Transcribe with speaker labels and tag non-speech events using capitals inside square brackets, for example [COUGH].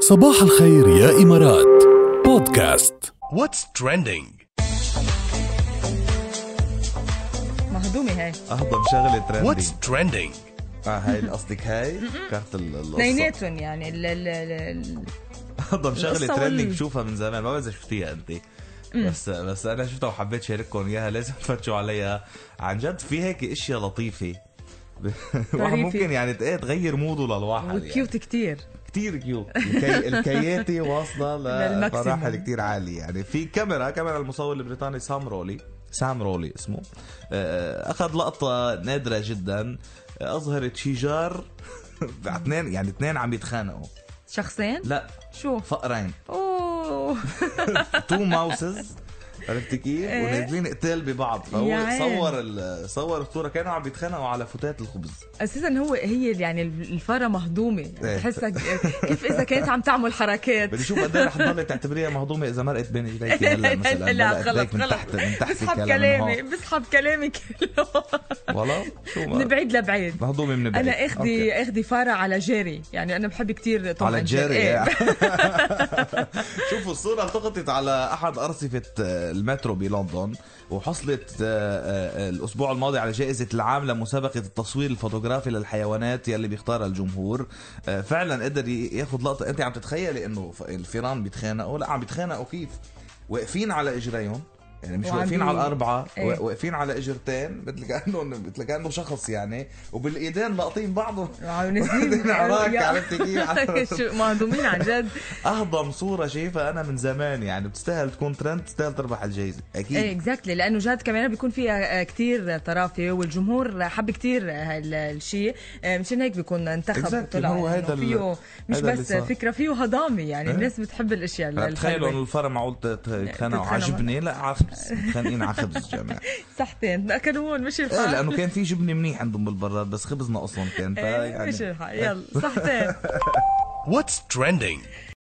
Speaker 1: صباح الخير يا إمارات بودكاست
Speaker 2: What's trending؟
Speaker 3: مهضومه هاي
Speaker 4: اهضم شغله ترندي
Speaker 2: What's trending؟
Speaker 4: اه هاي اللي قصدك هاي كارت ال- القصه [LAUGHS]
Speaker 3: اثنيناتهم يعني ال ال ال
Speaker 4: اهضم
Speaker 3: القصة
Speaker 4: شغله
Speaker 3: وال-
Speaker 4: ترندي بشوفها من زمان ما بعرف اذا شفتيها انت بس بس انا شفتها وحبيت شارككم اياها لازم تفتشوا عليها عن جد في هيك اشياء [LAUGHS] لطيفه ب- واحد
Speaker 3: ظريفة.
Speaker 4: ممكن يعني تق- تغير موده للواحد يعني.
Speaker 3: وكيوت كتير
Speaker 4: كتير كيوت
Speaker 3: [LAUGHS]
Speaker 4: الكي... الكياتي واصله
Speaker 3: للماكسيموم.
Speaker 4: لمراحل كتير عاليه يعني في كاميرا كاميرا المصور البريطاني سام رولي سام رولي اسمه آه، اخذ لقطه نادره جدا آه، اظهرت شجار [LAUGHS] اثنين يعني اثنين عم يتخانقوا
Speaker 3: شخصين
Speaker 4: لا
Speaker 3: شو
Speaker 4: فقرين
Speaker 3: اوه
Speaker 4: تو ماوسز عرفتي كيف؟
Speaker 3: إيه.
Speaker 4: ونازلين قتال ببعض
Speaker 3: يا
Speaker 4: فهو
Speaker 3: عيني.
Speaker 4: صور ال- صور الصوره كانوا عم يتخانقوا على فتات الخبز
Speaker 3: اساسا هو هي يعني الفاره مهضومه
Speaker 4: إيه.
Speaker 3: بتحسها ك- كيف اذا كانت عم تعمل حركات [LAUGHS]
Speaker 4: بدي شوف قد ايه رح تضلي تعتبريها مهضومه اذا مرقت بين رجليك
Speaker 3: لا
Speaker 4: هلا
Speaker 3: لا
Speaker 4: مثلا
Speaker 3: لا لا
Speaker 4: مرقت
Speaker 3: غلط
Speaker 4: هيك من
Speaker 3: غلط
Speaker 4: تحت من تحت
Speaker 3: بسحب كلامي بسحب كلامي
Speaker 4: [LAUGHS]
Speaker 3: كله
Speaker 4: والله شو ما-
Speaker 3: من بعيد لبعيد
Speaker 4: مهضومه من بعيد
Speaker 3: انا اخدي اخدي فاره على جاري يعني انا بحب كتير
Speaker 4: أوكي.
Speaker 3: طبعا
Speaker 4: على الجاري
Speaker 3: إيه. [LAUGHS]
Speaker 4: يعني. [LAUGHS] شوفوا الصورة التقطت على أحد أرصفة آه، المترو بلندن وحصلت آه، آه، الأسبوع الماضي على جائزة العام لمسابقة التصوير الفوتوغرافي للحيوانات يلي بيختارها الجمهور آه، فعلا قدر ي- ياخد لقطة أنت عم تتخيلي إنه ف- الفيران بيتخانقوا لا عم بيتخانقوا كيف واقفين على إجريهم يعني مش
Speaker 3: وعم
Speaker 4: واقفين
Speaker 3: بي-
Speaker 4: على الأربعة
Speaker 3: إيه.
Speaker 4: وا- واقفين على إجرتين مثل كأنهم مثل كأنه شخص يعني وبالإيدين لاقطين بعضهم [LAUGHS]
Speaker 3: ونازلين
Speaker 4: عراك،
Speaker 3: يا-
Speaker 4: عرفتي كيف؟
Speaker 3: [LAUGHS] شو مهضومين عن جد
Speaker 4: اهضم صوره شايفها انا من زمان يعني بتستاهل تكون ترند بتستاهل تربح الجائزه اكيد
Speaker 3: ايه اكزاكتلي لانه جاد كمان بيكون فيها آه، كتير طرافه والجمهور حب كتير آه، هالشيء آه، مشان هيك بيكون انتخب
Speaker 4: Exactly.
Speaker 3: وطلع
Speaker 4: هو
Speaker 3: يعني
Speaker 4: هيدا ال-
Speaker 3: فيه مش
Speaker 4: هيدا اللي
Speaker 3: بس
Speaker 4: صار. إيه.
Speaker 3: فكره فيه هضامه يعني الناس بتحب الاشياء
Speaker 4: هلا
Speaker 3: ال-
Speaker 4: تخيلوا انه
Speaker 3: الحلوه
Speaker 4: الفرع معقول تتخانقوا على
Speaker 3: تتخانقوا.
Speaker 4: جبنه لا على خبز متخانقين على خبز
Speaker 3: [LAUGHS]
Speaker 4: جماعه
Speaker 3: صحتين اكلوا هون مش
Speaker 4: ايه
Speaker 3: الحال
Speaker 4: لانه كان في جبنه منيح عندهم بالبراد بس خبز ناقصهم كان
Speaker 3: إيه،
Speaker 4: [LAUGHS] فيعني
Speaker 3: مش الحال يلا صحتين
Speaker 2: What's trending؟